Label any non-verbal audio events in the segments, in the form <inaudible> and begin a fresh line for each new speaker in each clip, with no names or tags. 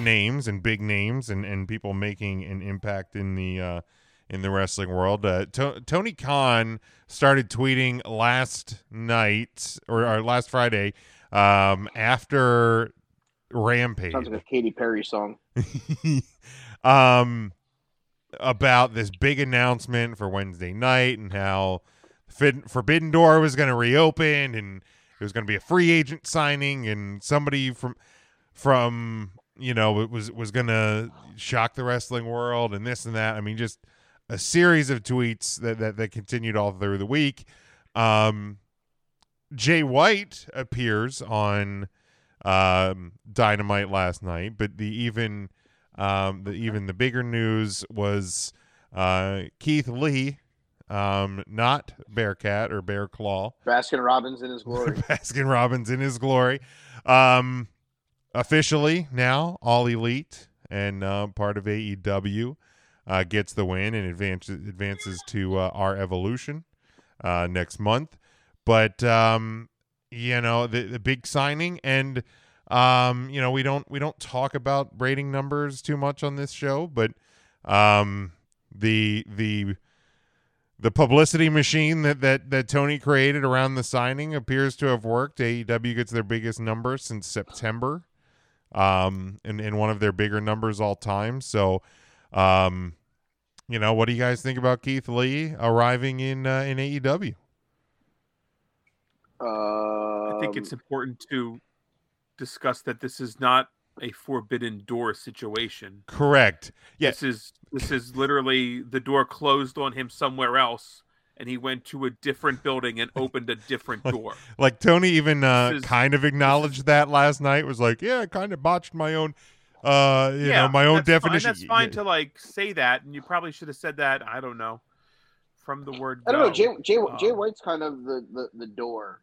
names and big names and, and people making an impact in the uh, in the wrestling world. Uh, to- Tony Khan started tweeting last night or, or last Friday um, after Rampage.
Sounds like a Katy Perry song.
um, about this big announcement for Wednesday night and how Fid- Forbidden Door was going to reopen and it was going to be a free agent signing and somebody from from you know it was was going to shock the wrestling world and this and that. I mean, just a series of tweets that that, that continued all through the week. Um, Jay White appears on um, Dynamite last night, but the even um, the, even the bigger news was uh, Keith Lee, um, not Bearcat or Bear Claw,
Baskin Robbins in his
<laughs>
glory.
Baskin Robbins in his glory, um, officially now all elite and uh, part of AEW, uh, gets the win and advances advances to uh, our evolution uh, next month. But um, you know the, the big signing and um, you know we don't we don't talk about rating numbers too much on this show, but um, the the the publicity machine that, that that Tony created around the signing appears to have worked. AEW gets their biggest number since September, um, and and one of their bigger numbers all time. So, um, you know, what do you guys think about Keith Lee arriving in uh, in AEW?
Um,
I think it's important to discuss that this is not a forbidden door situation.
Correct. Yeah.
This is this is literally the door closed on him somewhere else, and he went to a different building and opened a
<laughs>
different door.
Like Tony even uh,
This is-
kind of acknowledged that last night. Was like, yeah, I kind of botched my own, uh, you
yeah,
know, my own
that's
definition.
Fine. That's fine
Yeah.
to like say that, and you probably should have said that. I don't know from the word.
I don't know.
go.
Jay Jay, Jay
um,
White's kind of the the, the door.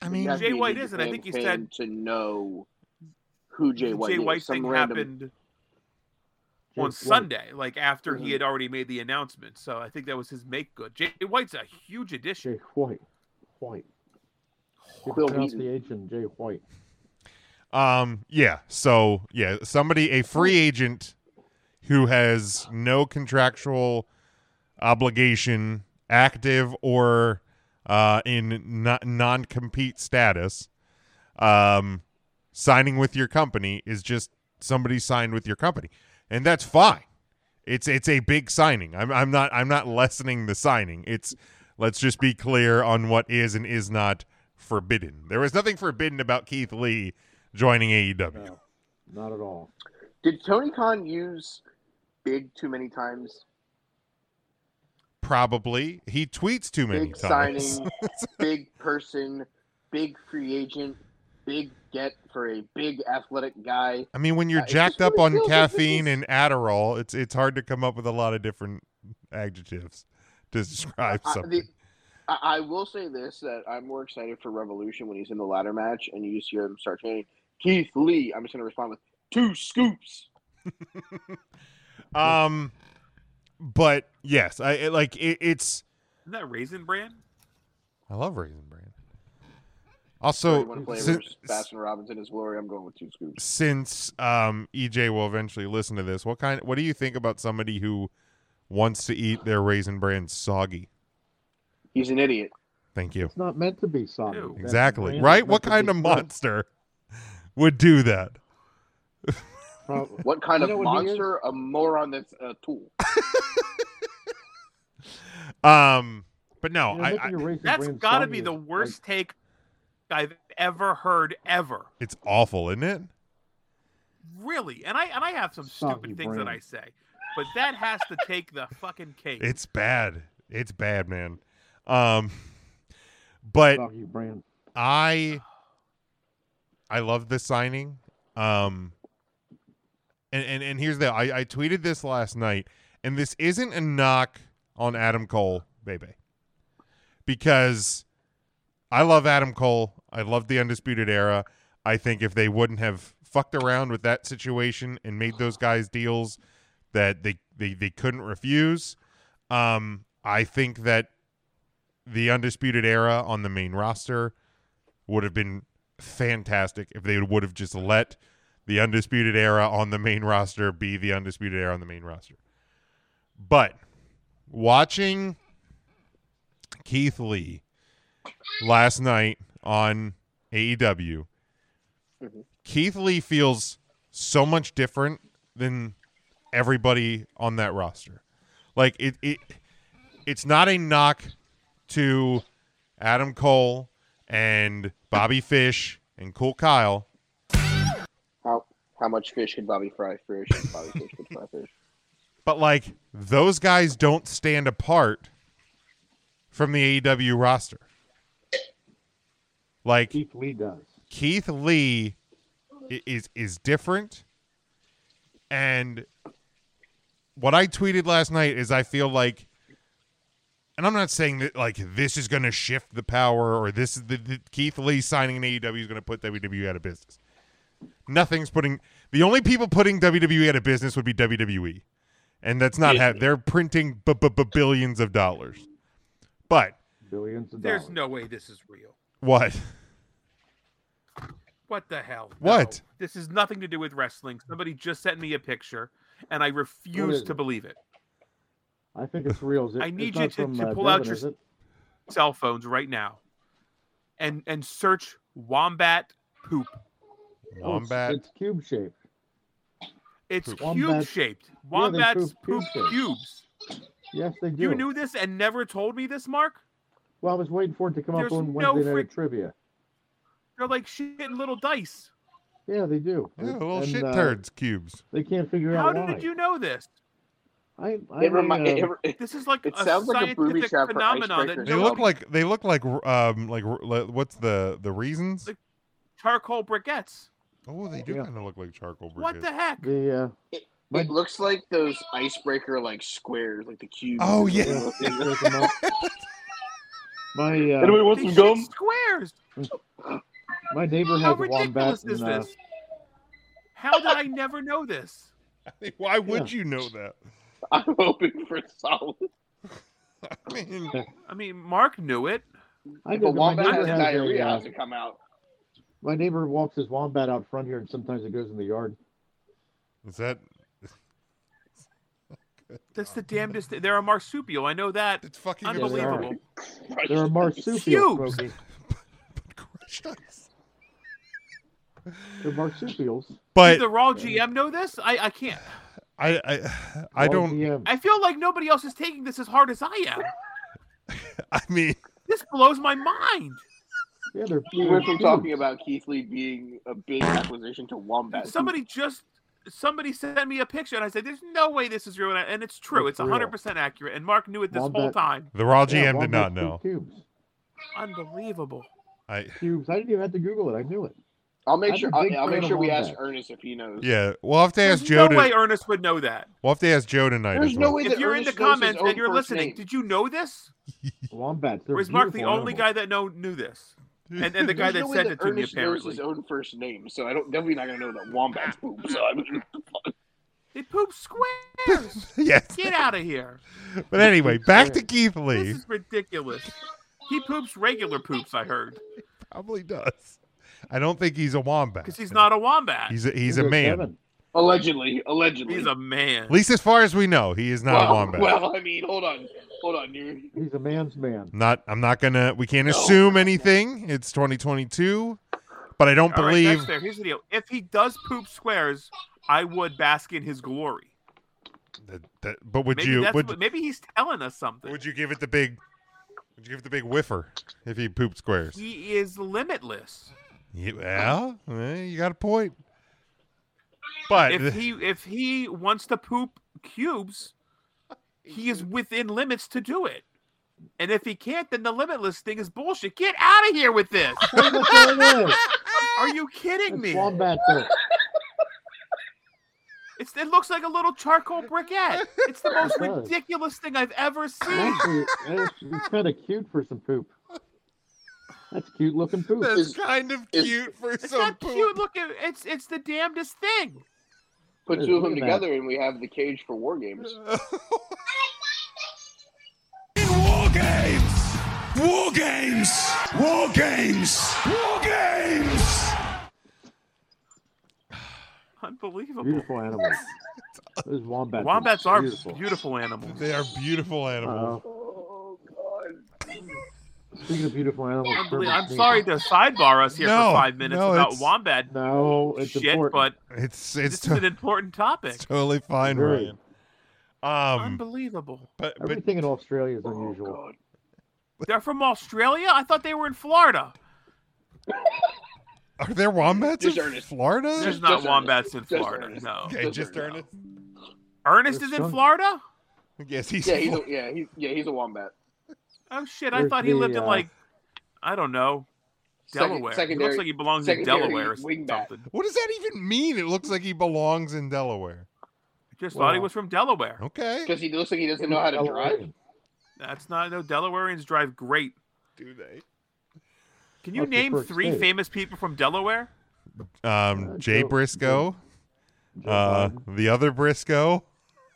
I
You
mean,
have to
Jay
be an
White isn't. I
Japan
think he
fan
said-
to know who Jay White
Jay
is.
White
Some
thing
random-
happened
Jay
on
White.
Sunday, like after he
Mhm.
had already made the announcement. So I think that was his make good. Jay White's a huge addition.
Jay White. White. Your
Bill
pronunciation, Jay White.
Um, yeah. So yeah, somebody a free agent who has no contractual obligation, active or uh, in not, non-compete status, um, signing with your company is just somebody signed with your company, and that's fine. It's it's a big signing. I'm I'm not I'm not lessening the signing. It's let's just be clear on what is and is not forbidden. There was nothing forbidden about Keith Lee joining E AEW.
No, not at all.
Did Tony Khan use big too many times?
Probably he tweets too many
Big
times. <laughs>
signing, big person, big free agent, big get for a big athletic guy.
I mean, when you're
Uh, it
jacked
just
up
really
on
feels like this
caffeine
is-
and Adderall, it's it's hard to come up with a lot of different adjectives to describe
I,
something.
the, I, I will say this that I'm more excited for Revolution when he's in the ladder match and you just hear him start chanting Keith Lee. I'm just gonna respond with two scoops.
<laughs> um, but yes, I it, like it, it's.
Isn't that Raisin Brand?
I love Raisin Bran.
So,
Also,
one
since,
flavors, Baskin Robbins in his glory. I'm going with two scoops.
since um, EJ will eventually listen to this, what kind? What do you think about somebody who wants to eat their Raisin Bran soggy?
He's an idiot.
Thank you.
It's not meant to be soggy.
Ew.
That's
Exactly.
brand.
Right?
It's
What
meant to
kind
be
of
crust.
monster would do that?
<laughs> Prob-
What kind
You
of
know what he is?
monster? A moron that's a tool.
Um, but no,
you know,
I,
making
I
your raisin
That's
bran
got to
soggy
be
is
the
like-
worst take I've ever heard ever.
it's awful, isn't it?
Really. And I and I have some
Soggy
stupid things
Brand.
that I say. But that has to take the fucking cake.
It's bad. It's bad, man. Um, but
soggy brand.
I I love this signing. Um and, and and here's the I, I tweeted this last night, and this isn't a knock on Adam Cole, baby. Because I love Adam Cole. I love the Undisputed Era. I think if they wouldn't have fucked around with that situation and made those guys deals that they, they, they couldn't refuse, um, I think that the Undisputed Era on the main roster would have been fantastic if they would have just let the Undisputed Era on the main roster be the Undisputed Era on the main roster. But watching Keith Lee last night on AEW,
Mhm.
Keith Lee feels so much different than everybody on that roster. Like it, it it's not a knock to Adam Cole and Bobby Fish and Cool Kyle.
How how much fish could Bobby fry fish? Bobby fish could fry
<laughs>
fish.
But like those guys don't stand apart from the AEW roster. Like
Keith Lee does.
Keith Lee i- is is different and what I tweeted last night is I feel like and I'm not saying that like this is going to shift the power or this is the, the Keith Lee signing an AEW is going to put WWE out of business. Nothing's putting the only people putting WWE out of business would be WWE. And that's not how
Yeah.
they're printing b- b- b- billions of dollars. But
Billions of
There's
dollars.
no way this is real.
what?
What the hell?
What?
No. This has nothing to do with wrestling. Somebody just sent me a picture, and I refuse
is
to
it?
believe it.
I think it's real. Is it-
I
it's
need
not
you to-
from,
to
uh,
pull out
Devin,
your
is it?
Cell phones right now, and and search wombat poop.
Oh, it's-
Wombat.
It's cube shaped.
It's
Poop.
cube
Wombats-
shaped.
Yeah, they
Wombats
poop
poop
cube-shaped.
cubes.
Yes, they do.
You knew this and never told me this, Mark.
Well, I was waiting for it to come
There's
up on
no
Wednesday night
freak-
trivia.
They're like shitting little dice.
Yeah, they do.
Yeah,
It-
little
and,
shit
uh,
turds, cubes.
They can't figure
How
out why.
did you know this?
I, I,
It, remi-
uh,
it, it,
This is like
It
a
sounds like a
scientific
booby trap for
phenomenon that
icebreakers.
They
No,
look
nobody-
like they look like um like le- what's the the reasons?
Like- charcoal briquettes.
Oh, they do
Yeah.
kind of look like charcoal briquettes. <laughs>
What the heck?
the uh, My-
it looks like those icebreaker like squares, like the cubes.
Oh, yeah.
<laughs>
yeah.
Break 'em up. my uh,
Anybody want
They
some gum?
shoot squares.
my neighbor
How
has a wombat.
ridiculous is
in, uh,
this? How did I never know this?
Why would you know that? <laughs>
I'm hoping for solid.
I
<laughs>
mean,
I mean, Mark knew it.
I
if a
did, my
wombat
neighbor
has
has
has a,
diarrhea,
uh,
how's it come out? <laughs>
my neighbor walks his wombat out front here, and sometimes it goes in the yard.
is that
That's the damnedest. Thing. They're a marsupial. I know that.
it's fucking
they are.
Unbelievable. <laughs>
They're
<laughs>
a marsupial.
Cubes.
Smokey.
But <laughs> crushed ice.
They're marsupials.
Did
But
the raw GM know this? I, I can't.
I I I
Well,
don't.
the, um,
I feel like nobody else is taking this as hard as I am.
<laughs> I mean,
This blows my mind.
yeah, they're.
We went from
cubes.
talking about Keith Lee being a big acquisition to
Dude,
Wombat.
somebody just somebody sent me a picture and I said, "There's no way this is real," and, I- and it's true.
It's
It's 100 percent accurate. And Mark knew it this whole
Wombat-
time.
the raw
Yeah,
GM did not
wombat's big
know.
Cubes.
Unbelievable.
I
Cubes. I didn't even have to Google it.
<laughs>
I knew it.
I'll make
I'm
sure.
a
I'll,
big
I'll make
fan of
sure we ask
Wombat.
Ernest if he knows.
yeah. We'll have to ask
There's
Joe.
no
to,
way Ernest would know that.
we'll have to ask Joe tonight.
There's
as
no
well. <laughs>
way
if
that
you're in
Ernest
the
knows his
comments
own
and you're
first
listening,
name.
did you know this?
Wombats. They're
Or is Mark the
beautiful
only
animals.
guy that know
<laughs>
knew this? And, and the guy
There's
that
no way
sent it to me
Ernest knows
apparently.
his own first name, so I don't definitely not gonna know that Wombat's
<laughs>
poop. So I mean,
They poop
<laughs>
squares.
yes.
Get out of here.
But anyway,
<laughs>
back to Keith
This
Lee.
is ridiculous. He poops regular poops, I heard,
Probably does. I don't think he's a wombat.
because he's not a wombat. He's
He's a, he's a
Look at
man.
Kevin.
allegedly, allegedly,
a man.
At least as far as we know, he is not
well,
a wombat.
Well, I mean, hold on, hold on. You're,
He's a
<laughs>
man's man.
not I'm not gonna we can't
No.
assume anything. It's 2022, but I don't
All right,
believe
that's fair. Here's the deal. If he does poop squares, I would bask in his glory.
that, that, but would
Maybe
you
that's
would
what, maybe he's telling us something.
would you give it the big would you give it the big whiffer if he pooped squares?
He is limitless.
Yeah, well, eh, you got a point. But
If <laughs> he if he wants to poop cubes, he is within limits to do it. And if he can't, then the limitless thing is bullshit. Get out of here with this.
That's what it is.
Are you kidding
It's
me? <laughs>
wombat poop.
It's, it looks like a little charcoal briquette. It's the most
It does.
ridiculous thing I've ever seen.
Actually, it's, it's kind of cute for some poop. That's cute looking poop.
that's
is-
kind of
is-
cute for
It's
some
not cute.
poop.
Look, it- it's it's the damnedest thing.
put
Hey,
two of them
look at that.
together, and we have the cage for war games.
In <laughs> war games! War games! War games! War games!
Unbelievable.
Beautiful animals. Those wombats. are
Wombats are
beautiful. Uh,
beautiful, animals.
They are beautiful animals.
Oh god.
Speaking of beautiful animals,
Unbelievable.
Kermit
I'm
Sneak.
sorry to sidebar us here
No,
for five minutes
no,
about
it's-
wombat
No, it's
shit,
important.
but
It's it's,
this is an
to-
important
it's
topic.
totally fine,
Very.
Ryan. Um,
Unbelievable.
but but
everything in Australia is
Oh
unusual.
god.
They're from Australia? I thought they were in Florida.
are there wombats
Just
in
Ernest.
Florida?
There's
Just
not
Ernest.
wombats in
Just
Florida.
Ernest.
No.
okay, just
no.
Ernest.
Ernest
There's
is in
some.
Florida?
<laughs> Yes, he's.
Yeah, he's
full-
a, yeah, he's yeah, he's a wombat.
Oh shit, I
There's
thought he
the,
lived in
uh,
like I don't know,
Second-
Delaware. he
secondary-
looks like he belongs in
secondary
Delaware or
wingbat.
something.
what does that even mean? It looks like he belongs in Delaware.
Just thought he
Wow.
was from Delaware.
Okay.
Because he looks like he doesn't know how to drive.
That's not no Delawareans drive great.
Do they?
Can you
That's the
name
first
three
state.
famous people from Delaware?
Um,
Uh,
Jay
Joe-
Briscoe,
Joe
uh,
Biden.
the other Briscoe. <laughs>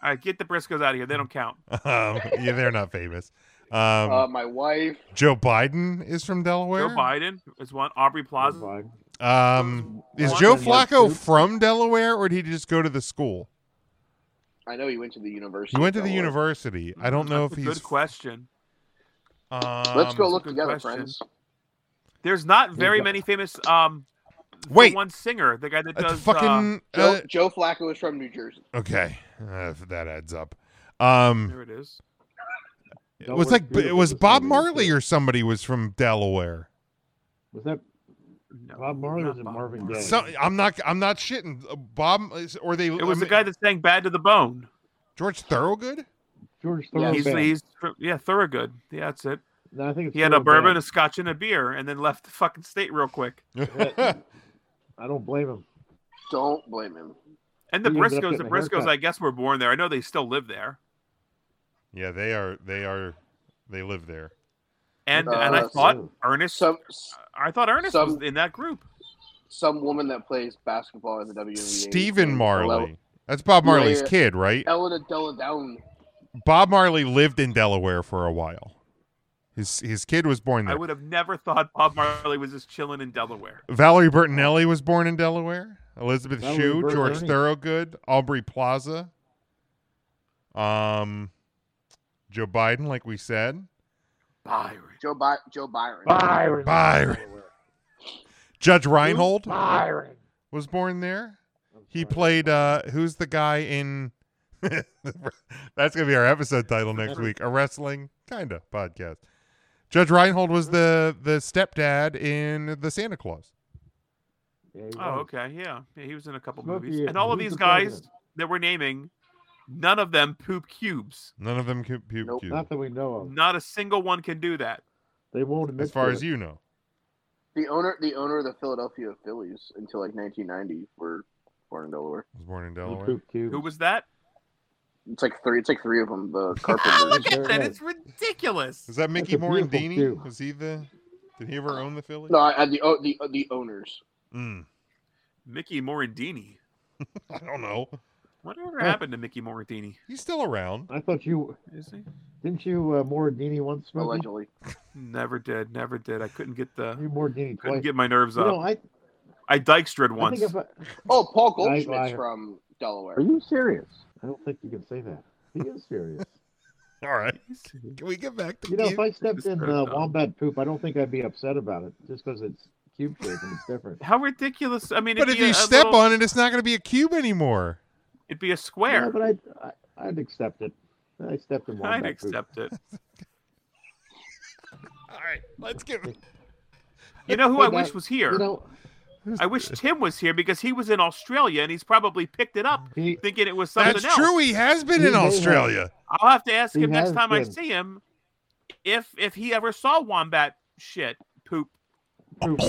All right, get the Briscoes out of here. They don't count.
Um, yeah, they're not famous. Um,
Uh, my wife.
Joe Biden is from Delaware.
Joe Biden is one. Aubrey
Joe
Plaza.
Biden.
Um, is
Biden
Joe
and
Flacco
Luke.
from Delaware, or did he just go to the school?
I know he went to the university.
He went to
of
the
Delaware.
university. I don't know if
Mm, That's a
he's.
good question.
Um,
Let's go look
Good
together,
question.
friends.
There's not very
Yeah.
many famous. Um, the
Wait.
one singer, the guy that
That's
does. um,
fucking.
Joe,
uh,
Joe Flacco is from New Jersey.
okay, uh, if that adds up.
Uh,
Um,
there it is.
it
Don't
was
look
like it
beautiful
was
this
Bob
summer,
Marley
too.
or somebody was from Delaware.
Was that
No,
Bob Marley or
not
was it
Bob
Marvin
Marley.
Gaye?
So I'm not. I'm not shitting. Uh, Bob or they.
It was the guy that sang "Bad to the Bone."
George Thorogood.
George
Yeah,
Thorogood?
He's, he's fr- yeah, Thorogood. Yeah, that's it.
No, I think it's
He had a
Thorogood.
bourbon, a scotch, and a beer, and then left the fucking state real quick.
I don't blame him.
Don't blame him.
And the
He ended up
Briscoes, the
getting a
Briscoes,
haircut.
I guess, were born there. I know they still live there.
<laughs> yeah, they are. They are. They live there.
And
Uh,
and I
that's
thought
true.
Ernest,
Some
I thought Ernest was
some-
in that group.
some woman that plays basketball in the WNBA.
Stephen
named
Marley. That's Bob Marley's
Yeah.
kid, right?
Elena Deladown.
Bob Marley lived in Delaware for a while. His his kid was born
I
there.
would have never thought Bob Marley was just chilling in Delaware.
Valerie Bertinelli was born in Delaware. Elizabeth
Valerie
Shue, George
Bertinelli.
Thorogood, Aubrey Plaza, um, Joe Biden, like we said,
Byron.
Joe By- Joe Byron.
Byron.
Byron. Judge Reinhold
Byron.
was born there.
I'm
He
sorry.
played. Uh, who's the guy in? <laughs> That's gonna be our episode title next week. A wrestling kind of podcast. Judge Reinhold was the the stepdad in the Santa Claus.
Yeah, he
Oh,
was.
okay, yeah. yeah, he was in a couple
Smokey
movies.
is-
And all of
he's
these
the
guys
president.
that we're naming, none of them poop cubes.
None of them could puke
Nope.
you,
Not that we know of.
Not a single one can do that.
They won't admit
as far
to
as
it.
you know.
The owner the owner of the Philadelphia Phillies until like 1990 were born in Delaware.
Was born in
He
Delaware.
pooped cubes.
Who was that?
It's like three. It's like three of
<laughs>
them. The
<laughs> Ah,
carpenters.
look at
Sure
that!
is.
It's ridiculous.
Is that Mickey
a beautiful cube.
Morandini? Was he the? Did he ever own the Phillies?
no, I, I- the oh, the the owners.
Mm,
Mickey Morandini.
I don't know.
Whatever
Huh.
happened to Mickey Morandini?
He's still around. <laughs>
I thought you
Is he?
didn't you uh, Moradini once, Smokey?
Allegedly,
Never did. Never did. I couldn't get the.
You Moradini
Couldn't
twice.
get my nerves
You know,
up.
I,
I Dykstra'd
I
once.
think if I,
oh Paul
I-
Goldschmidt's
I-
from Delaware.
are you serious? I don't think you can say that. He
<laughs>
is serious.
All right. Can we get back to
You know, if
cube?
I stepped in uh,
Dumb.
wombat poop, I don't think I'd be upset about it, just because it's cube shaped and it's
<laughs>
different.
How ridiculous! I mean,
But
it'd
if
be
you
a
step
little-
on it, it's not going to be a cube anymore.
it'd be a
Yeah,
square.
but I'd, I, I'd accept it. I stepped in wombat
I'd
poop.
accept it.
All right. Let's get.
You know who
Hey,
I
that-
wish was here?
You know,
I wish Tim was here because he was in Australia and he's probably picked it up <laughs>
he,
thinking it was something
That's
else.
true. He has been
He
in
may have.
Australia.
I'll have to ask
He
him next
has
time I
been.
see him if if he ever saw wombat shit poop.
poop.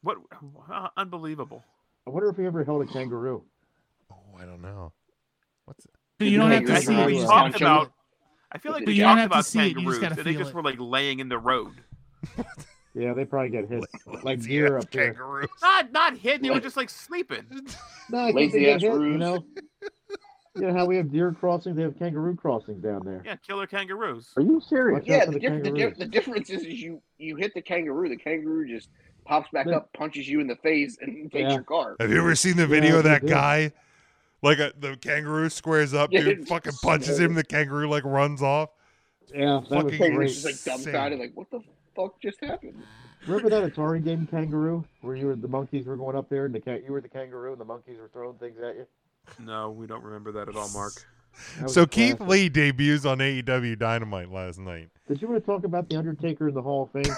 What uh, unbelievable!
I wonder if he ever held a kangaroo.
Oh, I don't know.
You don't
Yeah,
have
you're
to see
right.
it.
we
You just
talked
gotta feel
about.
it.
I feel like
But
we
you don't
talked
have to
about
see it, you just
kangaroos
gotta
and they
feel
just
it.
were like laying in the road.
Yeah, they probably
<laughs>
get hit. Like
Lazy
deer
ass
up here.
kangaroos.
Not not hit. They were just like sleeping.
No, I think
Lazy
they get
ass
hit,
ruse.
you know. You know how we have deer crossings, they have kangaroo crossings down there.
Yeah, killer kangaroos.
Are you serious?
Yeah, the, diff- the, diff- the difference is, is you you hit the kangaroo. The kangaroo just pops back
Yeah.
up, punches you in the face, and <laughs> takes
Yeah.
your car.
Have you ever seen the
Yeah,
video of
I
that
did.
guy? Like a, the kangaroo squares up,
Yeah,
dude
it's
fucking
so
punches him.
good.
The kangaroo like runs off.
Yeah, that was
Fucking
Kangaroo's
great.
just like dumbfounded, like what the fuck just happened?
Remember that Atari game Kangaroo, where you were the monkeys were going up there and the cat you were the kangaroo and the monkeys were throwing things at you.
No, we don't remember that at all, Mark.
That was
So
a
Keith
classic.
Lee debuts on AEW Dynamite last night.
Did you want to talk about the Undertaker in the Hall of Fame?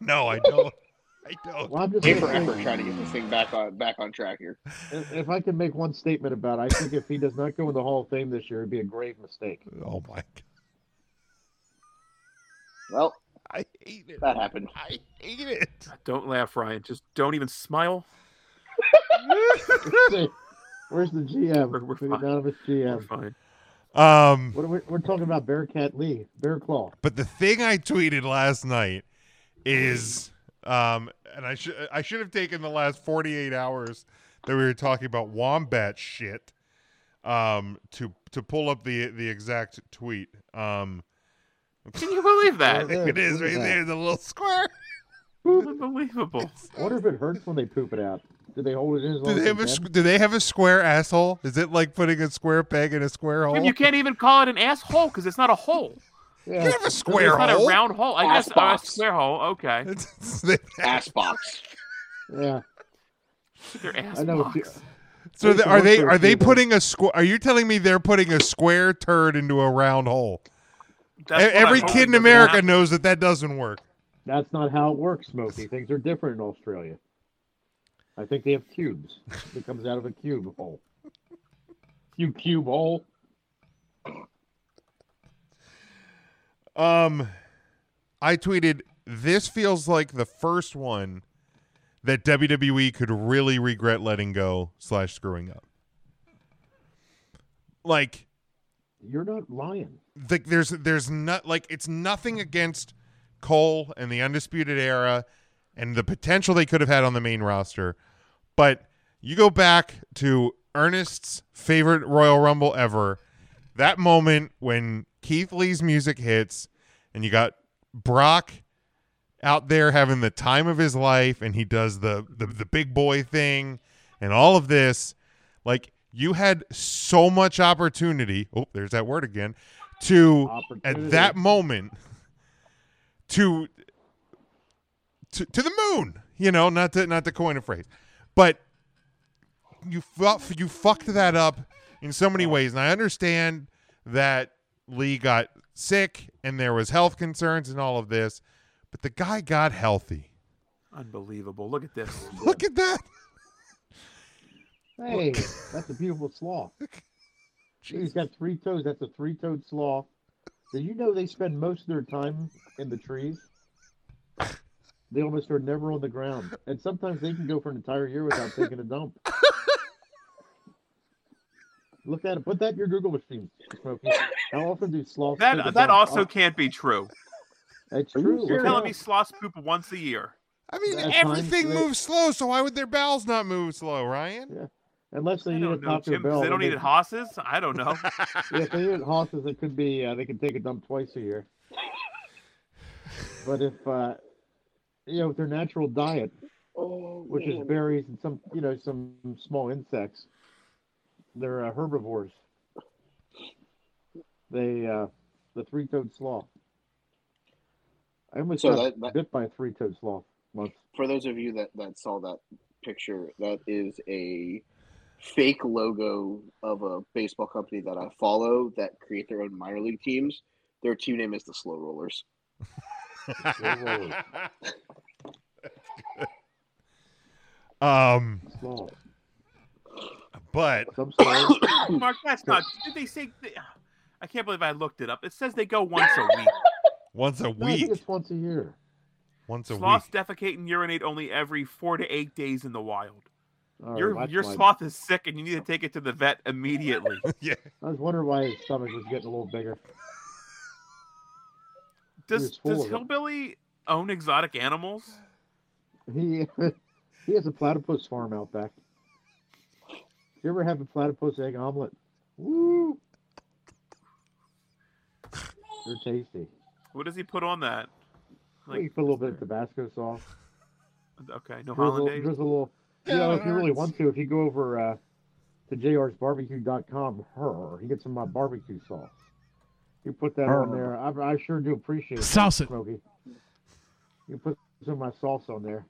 No, I
<laughs>
don't. I don't.
Well, I'm just
Day
gonna
for
say-
effort trying to get this thing back on back on track here.
If if I can make one statement about it, I think if he does not go in the Hall of Fame this year, it'd be a grave mistake.
Oh my god,
Well,
I hate it.
that happened.
I hate it.
Don't laugh, Ryan. Just don't even smile.
Where's the GM?
We're- we're
the
fine.
anonymous
We're
GM.
fine.
Um,
What are we, we're talking about Bearcat Lee, Bear Claw.
But the thing I tweeted last night is, um, and I should I should have taken the last 48 hours that we were talking about wombat shit, um, to to pull up the the exact tweet. Um,
Can you believe that?
<laughs>
Yeah,
it is
look
right
at that.
there, the little square.
Unbelievable.
I wonder if it hurts when they poop it out. Do they hold it in? As long
Do
as
they
they
have a
can?
squ- do they have a square asshole? Is it like putting a square peg in a square hole?
And you can't even call it an asshole because it's not a hole.
You
Yeah.
can't have a square
It's not a
hole.
round hole. I
Ass
guess oh, a
box.
square hole. Okay.
<laughs> It's- it's-
Ass box.
yeah.
They're ass
I know.
box.
it's-
so
There's
the,
some
are
work
they
there,
are they
people.
putting a square? Are you telling me they're putting a square turd into a round hole?
That's
E-
what I'm
Every
hoping
kid in
doesn't
America
happen.
knows that that doesn't work.
That's not how it works, Smokey. Things are different in Australia. I think they have cubes. It comes out of a cube hole. You cube hole.
Um, I tweeted, "This feels like the first one that WWE could really regret letting go slash screwing up." Like,
You're not lying.
like there's there's not like it's nothing against Cole and the Undisputed Era and the potential they could have had on the main roster, but you go back to Ernest's favorite Royal Rumble ever, that moment when Keith Lee's music hits and you got Brock out there having the time of his life and he does the the, the big boy thing and all of this like you had so much opportunity oh there's that word again to
Opportunity.
at that moment to to, to the moon you know not to not to coin a phrase but you fu- you fucked that up in so many ways and i understand that lee got sick and there was health concerns and all of this but the guy got healthy <laughs>
Unbelievable. Look at this.
look at that
Hey, that's a beautiful slaw. He's got three toes. That's a three-toed slaw. Did you know they spend most of their time in the trees? They almost are never on the ground, and sometimes they can go for an entire year without taking a dump. Look at it. Put that in your Google machine, Smokey. How often do sloths? take a
That that
dump?
also
Oh,
can't be true.
That's
Are you
true.
You're
Sure.
telling me sloths poop once a year.
I mean,
That's
everything
fine.
moves slow, so why would their bowels not move slow, Ryan?
Unless they
I
eat
don't
at
know,
Taco
Jim, 'cause
Bell,
they
then
don't eat at hosses. I don't
<laughs>
know.
Yeah, if they eat at hosses, it could be uh, they could take a dump twice a year. But if uh, you know, with their natural diet,
Oh,
which is
man.
berries and some you know some small insects, they're uh, herbivores. They uh, the three-toed sloth. I almost
So
got
that- that-
bit by a three-toed sloth once.
for those of you that that saw that picture, that is a fake logo of a baseball company that I follow that create their own minor league teams. Their team name is the Slow Rollers.
<laughs> um,
Sloth.
but
Some sloths.
<coughs> Mark, that's not. Did they say? I can't believe I looked it up. It says they go once a week.
once a
No, I think
week,
it's once a year.
once a week,
Sloths defecate and urinate only every four to eight days in the wild.
All right,
your
Oh, that's
your
why-
sloth is sick, and you need to take it to the vet immediately.
<laughs>
yeah,
I was wondering why his stomach was getting a little bigger.
Does
is full
does
of it.
hillbilly own exotic animals?
He <laughs> he has a platypus farm out back. You ever have a platypus egg omelet? Woo! They're tasty.
What does he put on that?
you put a little bit of Tabasco sauce.
Okay, no
Drizzle,
hollandaise.
drizzle a little.
Yeah,
Yeah, if you really
it's-
want to, if you go over uh, to jrsbarbecue.com, her, you get some of my barbecue sauce. You put that on there. I, I sure do appreciate
Sauce
that,
it.
Smokey. You put some of my sauce on there.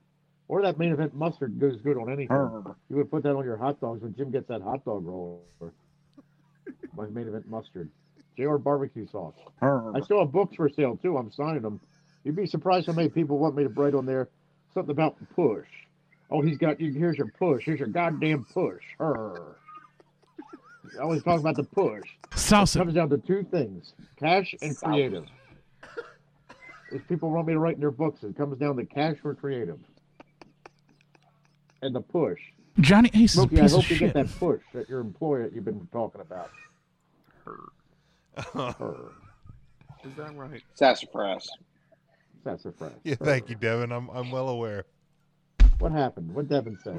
Or that main event mustard goes good on anything. You would put that on your hot dogs when Jim gets that hot dog roll. my main event mustard. JR barbecue sauce. I still have books for sale too. I'm signing them. You'd be surprised how many people want me to write on there something about push. Oh, he's got you. Here's your push. Here's your goddamn push. Her. I always talk about the push.
Sauce it.
Comes down to two things: cash and creative. If people want me to write in their books, it comes down to cash or creative, and the push.
Johnny Ace is a
Smokey, I
piece of
hope you
shit.
get that push that your employer that you've been talking about. Her.
Is that right? <laughs>
Sassafras.
Sassafras.
Yeah,
Her.
thank you, Devin. I'm I'm well aware.
What happened? What Devin
<laughs>
say?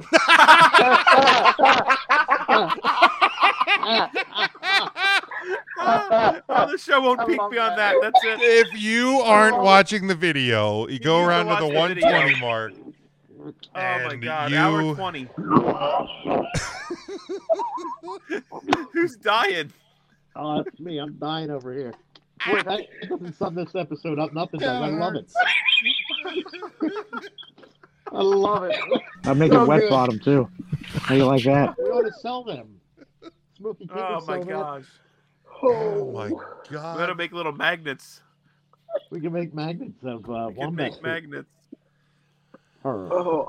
Ah, oh, the show won't peak beyond that. That's it.
If you aren't watching the video, you go
need to
around to
watch
the
the
120
video.
mark.
Oh my
And
god, hour
you-
twenty. <laughs> Who's dying?
Oh, that's me. I'm dying over here. Boy, that doesn't sum this episode up. Nothing does. I love it. I love it.
I'm making
So
wet
good.
bottom too. How you like that?
We ought to sell them. Smokey King
Oh
would
my
sell that.
gosh.
<laughs>
Oh my
That'll
god.
make little magnets.
We can make magnets of uh,
We can
wombat.
make magnets.
Her.
Oh,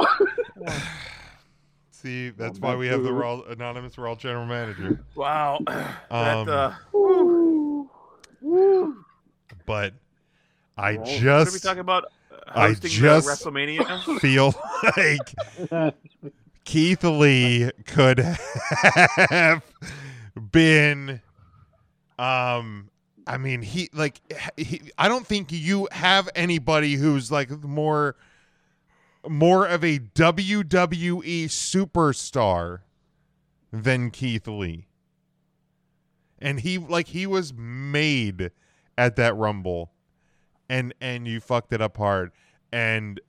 See, that's
Well,
why we have the
dude.
raw anonymous raw general manager.
Wow. <clears throat>
Um,
that uh whew. Whew.
But I
Well,
Should we be
just
talking about uh,
I
hosting the
just-
WrestleMania?
feel <laughs> like Keith Lee could have been um I mean he like he, I don't think you have anybody who's like more more of a WWE superstar than Keith Lee. And he like he was made at that rumble and and you fucked it up hard and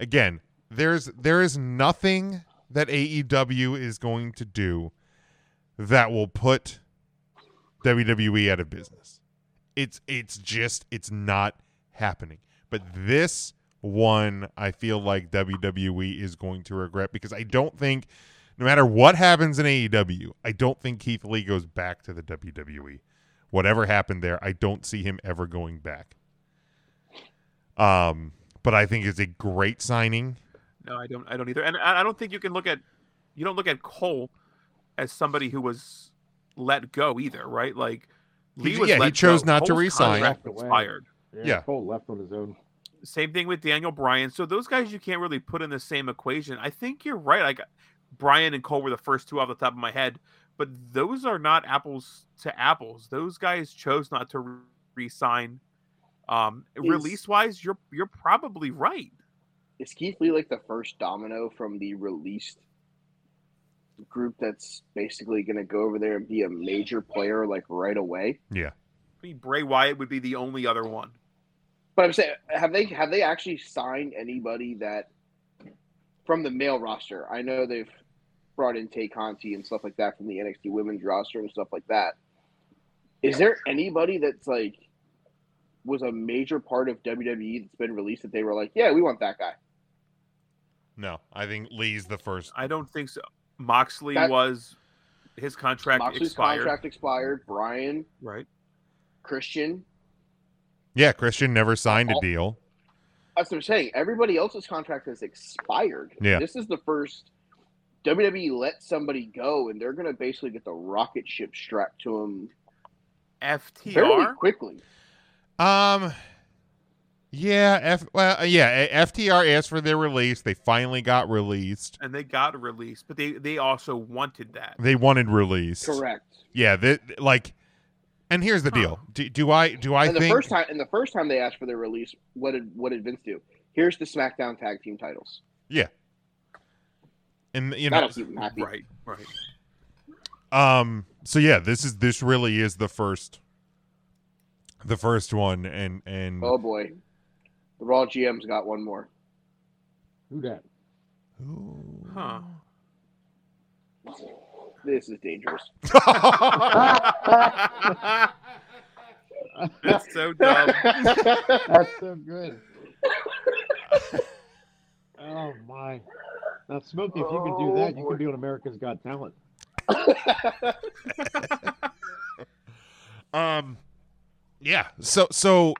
again there's there is nothing that AEW is going to do that will put WWE out of business. It's it's just it's not happening. But this one I feel like WWE is going to regret because I don't think no matter what happens in AEW, I don't think Keith Lee goes back to the WWE. Whatever happened there, I don't see him ever going back. Um, but I think it's a great signing.
no, I don't I don't either. And I I don't think you can look at you don't look at Cole as somebody who was let go either, right? Like Lee
He-
was
yeah, he
let
chose
go.
not to
Cole's
resign.
contract
Walked away.
Expired.
Yeah.
<laughs> Cole left on his own.
Same thing with Daniel Bryan. So those guys you can't really put in the same equation. I think you're right. Like Bryan and Cole were the first two off the top of my head, but those are not apples to apples. Those guys chose not to re- re-sign. Um,
Is-
release wise, you're you're probably right.
is Keith Lee like the first domino from the released group that's basically going to go over there and be a major player like right away?
I mean, Bray Wyatt would be the only other one.
But I'm saying, have they have they actually signed anybody that from the male roster? I know they've brought in Tay Conti and stuff like that from the NXT women's roster and stuff like that. Is there anybody that's like was a major part of WWE that's been released that they were like, yeah, we want that guy?
No, I think Lee's the first.
I don't think so. Moxley
That-
was his contract
Moxley's
expired,
contract expired. Brian
right?
Christian.
Yeah, Christian never signed
Oh.
a deal.
That's what I'm saying. Everybody else's contract has expired.
Yeah.
This is the first WWE let somebody go, and they're going to basically get the rocket ship strapped to them fairly
FTR.
quickly.
Um, yeah, F, well, uh, yeah, A- FTR asked for their release. They finally got released.
And they got released, but they they also wanted that.
They wanted release.
Correct.
Yeah, th- like, and here's the
Huh.
deal. Do, do I do I
and the
think
first time, and the first time they asked for their release, what did what did Vince do? Here's the SmackDown tag team titles.
and you know
That'll keep them happy.
Right, right.
um so yeah this is this really is the first the first one and and
Oh boy, the Raw GM's got one more.
Who that?
Ooh.
Oh. <laughs>
Huh.
This is dangerous.
<laughs>
<laughs>
That's so dumb.
That's so good. oh my! Now, Smokey, if you can do that, you can be on America's Got Talent.
Um, yeah. So so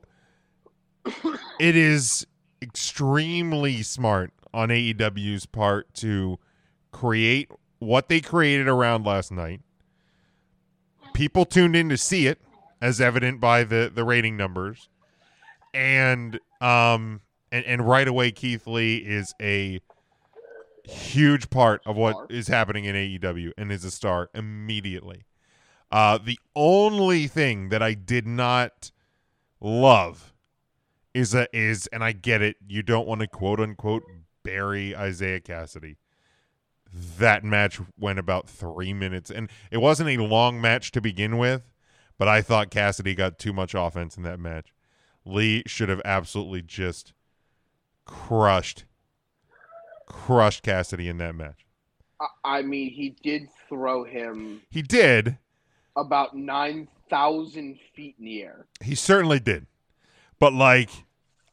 it is extremely smart on AEW's part to create what they created around last night. People tuned in to see it, as evident by the the rating numbers, and um and and right away Keith Lee is a huge part of what is happening in AEW and is a star immediately. Uh, the only thing that I did not love is a is, and I get it. You don't want to quote unquote bury Isaiah Cassidy. That match went about three minutes, and it wasn't a long match to begin with. But I thought Cassidy got too much offense in that match. Lee should have absolutely just crushed, crushed Cassidy in that match.
I, I mean, he did throw him
He did.
about 9,000 feet in the air.
He certainly did. But like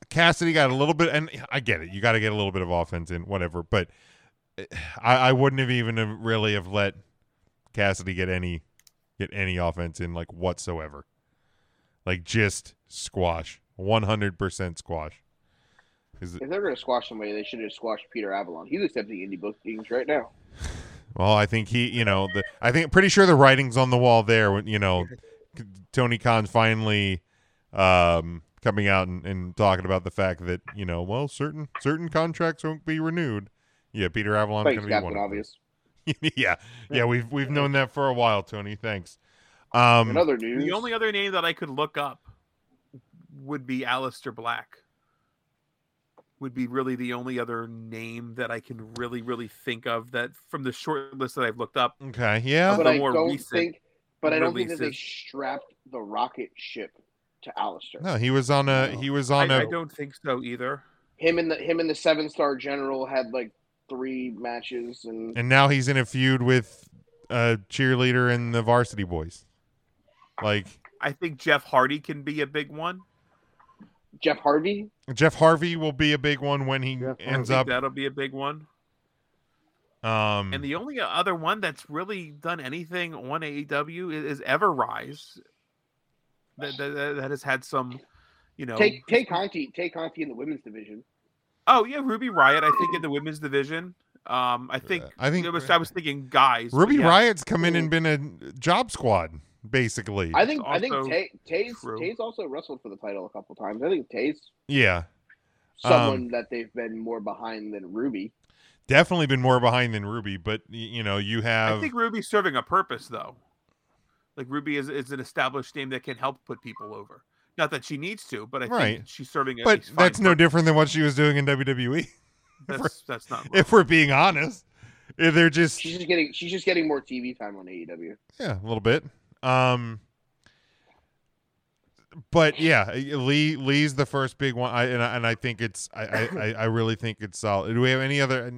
Cassidy got a little bit and I get it. You got to get a little bit of offense in whatever, but eh, I, I wouldn't have even have really have let Cassidy get any get any offense in like whatsoever. Like just squash. 100% squash. Is it,
If they're going to squash somebody, they should have squashed Peter Avalon. He's accepting indie bookings right now.
well, I think he, you know, the I think pretty sure the writing's on the wall there when, you
<laughs>
know, c- Tony Khan finally um, coming out and, and talking about the fact that you know, well, certain certain contracts won't be renewed. Yeah, Peter Avalon's
Thanks,
going to be one.
Captain
of
Obvious.
them. <laughs> yeah, yeah, we've we've known that for a while, Tony. Thanks. Um,
In other news,
the only other name that I could look up would be Alistair Black. Would be really the only other name that I can really, really think of that from the short list that I've looked up.
okay, yeah,
but
the
I
more
don't
recent
think, but I don't think that they
releases.
strapped the rocket ship to Alistair.
no, he was on a he was
I,
on a
I don't think so either.
Him and the him and the seven star general had like three matches, and
and now he's in a feud with a cheerleader and the varsity boys. Like
I think Jeff Hardy can be a big one.
Jeff Harvey.
Jeff Harvey will be a big one when he
Jeff
ends
I think
up.
that'll be a big one.
Um,
And the only uh, other one that's really done anything on AEW is, is Ever Rise. That, that, that- that has had some, you know.
Take take Conti, take Conti in the women's division.
Oh yeah, Ruby Riot. I think in the women's division. Um, I think
I think-
it was, I was thinking guys. but
Ruby
yeah.
Riot's come in and been a job squad basically.
I think I think
also
Tay, Tay's
true.
Tay's also wrestled for the title a couple times. I think Tay's
yeah,
someone
Um,
that they've been more behind than Ruby.
definitely been more behind than Ruby, but y- you know you have
I think Ruby's serving a purpose though. Like Ruby is, is an established name that can help put people over. Not that she needs to, but I
Right.
think she's serving. a-
but
a fine
that's no
purpose.
different than what she was doing in WWE.
That's, that's not.
<laughs> if we're being honest, If they're just
She's just getting she's just getting more TV time on E AEW.
yeah a little bit. Um, but yeah, Lee Lee's the first big one, I, and I, and I think it's I, I I- I really think it's solid. Do we have any other?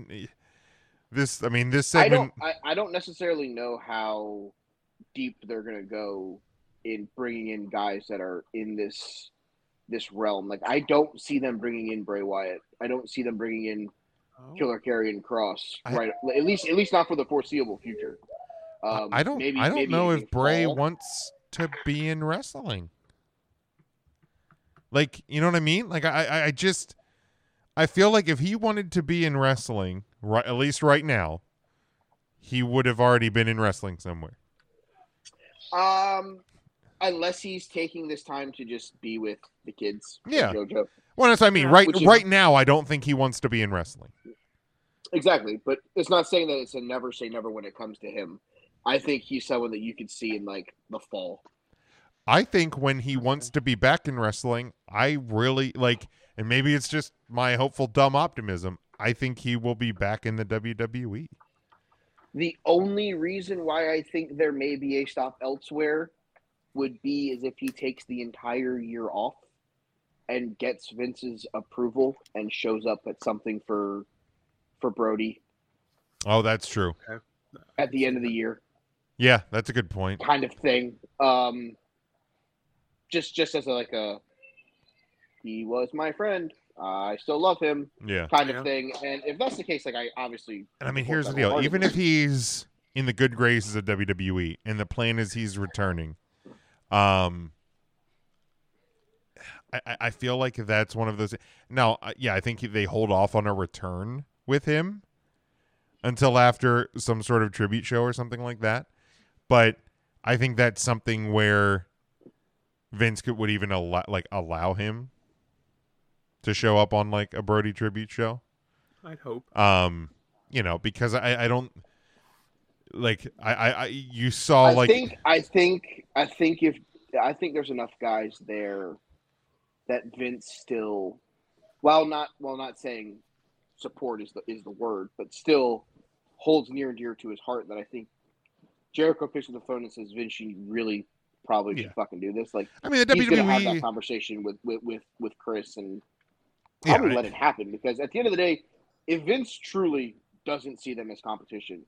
This I mean this
I
segment.
don't I, I don't necessarily know how deep they're gonna go in bringing in guys that are in this this realm. Like I don't see them bringing in Bray Wyatt. I don't see them bringing in
Oh.
Killer Carrion Cross.
I-
right. At least at least not for the foreseeable future.
I-
Um,
I don't.
Maybe,
I don't
maybe
know
in
if Bray
fall.
wants to be in wrestling. Like you know what I mean? Like I, I, I just, I feel like if he wanted to be in wrestling, right, at least right now, he would have already been in wrestling somewhere.
Um, unless he's taking this time to just be with the kids. with
Yeah.
JoJo.
Well, that's what I mean.
Yeah.
right,
Which is-
right now, I don't think he wants to be in wrestling.
Exactly, but it's not saying that it's a never say never when it comes to him. I think he's someone that you could see in like the fall.
I think when he wants to be back in wrestling, I really like, and maybe it's just my hopeful dumb optimism. I think he will be back in the E. WWE.
The only reason why I think there may be a stop elsewhere would be is if he takes the entire year off and gets Vince's approval and shows up at something for for Brody
Oh, that's true.
at the end of the year,
Yeah, that's a good point.
kind of thing. Um, just just as a, like a he was my friend, I still love him
Yeah.
kind of
Yeah.
thing. And if that's the case, like I obviously
And I mean,
support
here's
that
the deal. Even if
wholeheartedly.
he's in the good graces of WWE and the plan is he's returning, um, I, I- I feel like that's one of those. Now, I- yeah, I think they hold off on a return with him until after some sort of tribute show or something like that. But I think that's something where Vince could would even allow like allow him to show up on like a Brody tribute show
I'd hope.
um you know because i i don't like i i, I you saw
I
like
think I think I think if I think there's enough guys there that Vince still, while not while not saying support is the is the word, but still holds near and dear to his heart that I think Jericho picks up the phone and says, Vince, you really probably should
Yeah. E
fucking do this. Like
i mean the
he's gonna have
wwe
that conversation with with with, with Chris and
yeah,
probably
I-
let it happen because at the end of the day, if Vince truly doesn't see them as competition,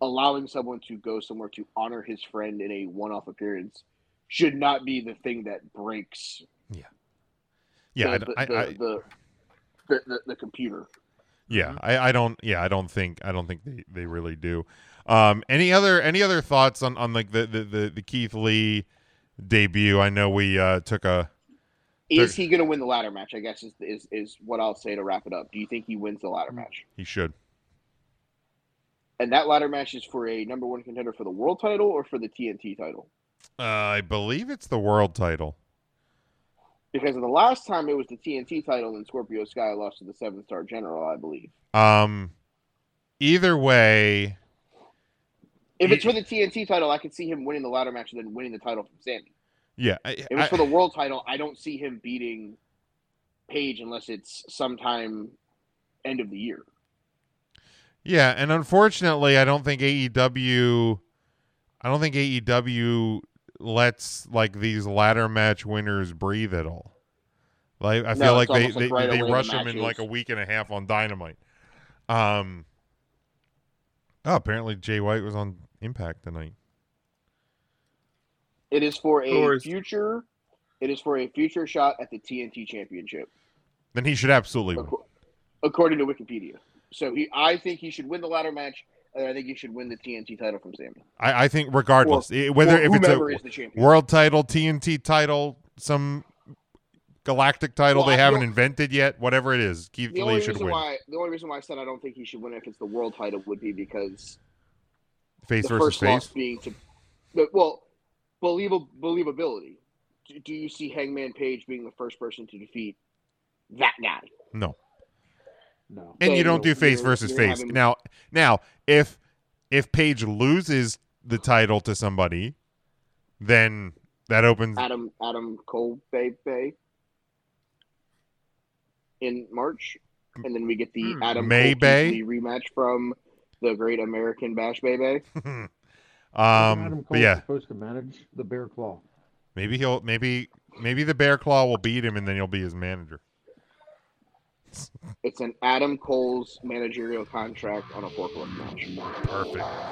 allowing someone to go somewhere to honor his friend in a one-off appearance should not be the thing that breaks
yeah
the,
I,
the,
I, I,
the, the, the, the computer. Mm-hmm.
yeah I, I don't yeah i don't think i don't think they, they really do um any other any other thoughts on on like the the the, the keith lee debut i know we uh took a
Is he going to win the ladder match? I guess is, is is what I'll say to wrap it up. Do you think he wins the ladder match?
he should
And that ladder match is for a number one contender for the world title or for the TNT title?
uh, i believe it's the world title
Because the last time it was the TNT title, and Scorpio Sky lost to the Seven Star General, I believe.
um either way
If it's for the TNT title, I could see him winning the ladder match and then winning the title from Sammy.
yeah I,
If it's
I-
for the world title, I don't see him beating Paige unless it's sometime end of the year.
Yeah, and unfortunately, I don't think AEW, I don't think AEW lets like these ladder match winners breathe at all. Like I
No,
feel like
it's
they
almost
they,
like right
they
away the
rush them
match
in like a
is-
week and a half on Dynamite. Um. Oh, apparently Jay White was on Impact tonight.
It is for a
Or is-
future. It is for a future shot at the TNT Championship,
Then he should absolutely win.
acco- according to Wikipedia. So he, I think he should win the ladder match, and I think he should win the TNT title from Sammy.
I, I think regardless, eh, whether
Or
if it's a
whomever is the champion.
world title, TNT title, some galactic title
Well,
they
I-
haven't
well-
invented yet, whatever it is, Keith
the
Lee
only
should
reason
win.
why the only reason why I said I don't think he should win if it's the world title would be because
face
the
versus
first
face.
loss being to but, well believable believability do, do you see hangman page being the first person to defeat that guy
No.
No.
and you
So
don't do
you're-
face
you're-
versus
you're
face.
having-
Now, now, if if Paige loses the title to somebody, then that opens.
adam adam cole bay bay in march and then we get the
Hmm.
adam
May
cole
Bay?
Keith Lee rematch from the great american bash bay bay
um,
Ah,
Isn't Adam
but
Cole
yeah,
supposed to manage the Bear Claw.
maybe he'll maybe maybe the Bear Claw will beat him, and then he'll be his manager.
it's an adam cole's managerial contract on a forklift match
Perfect.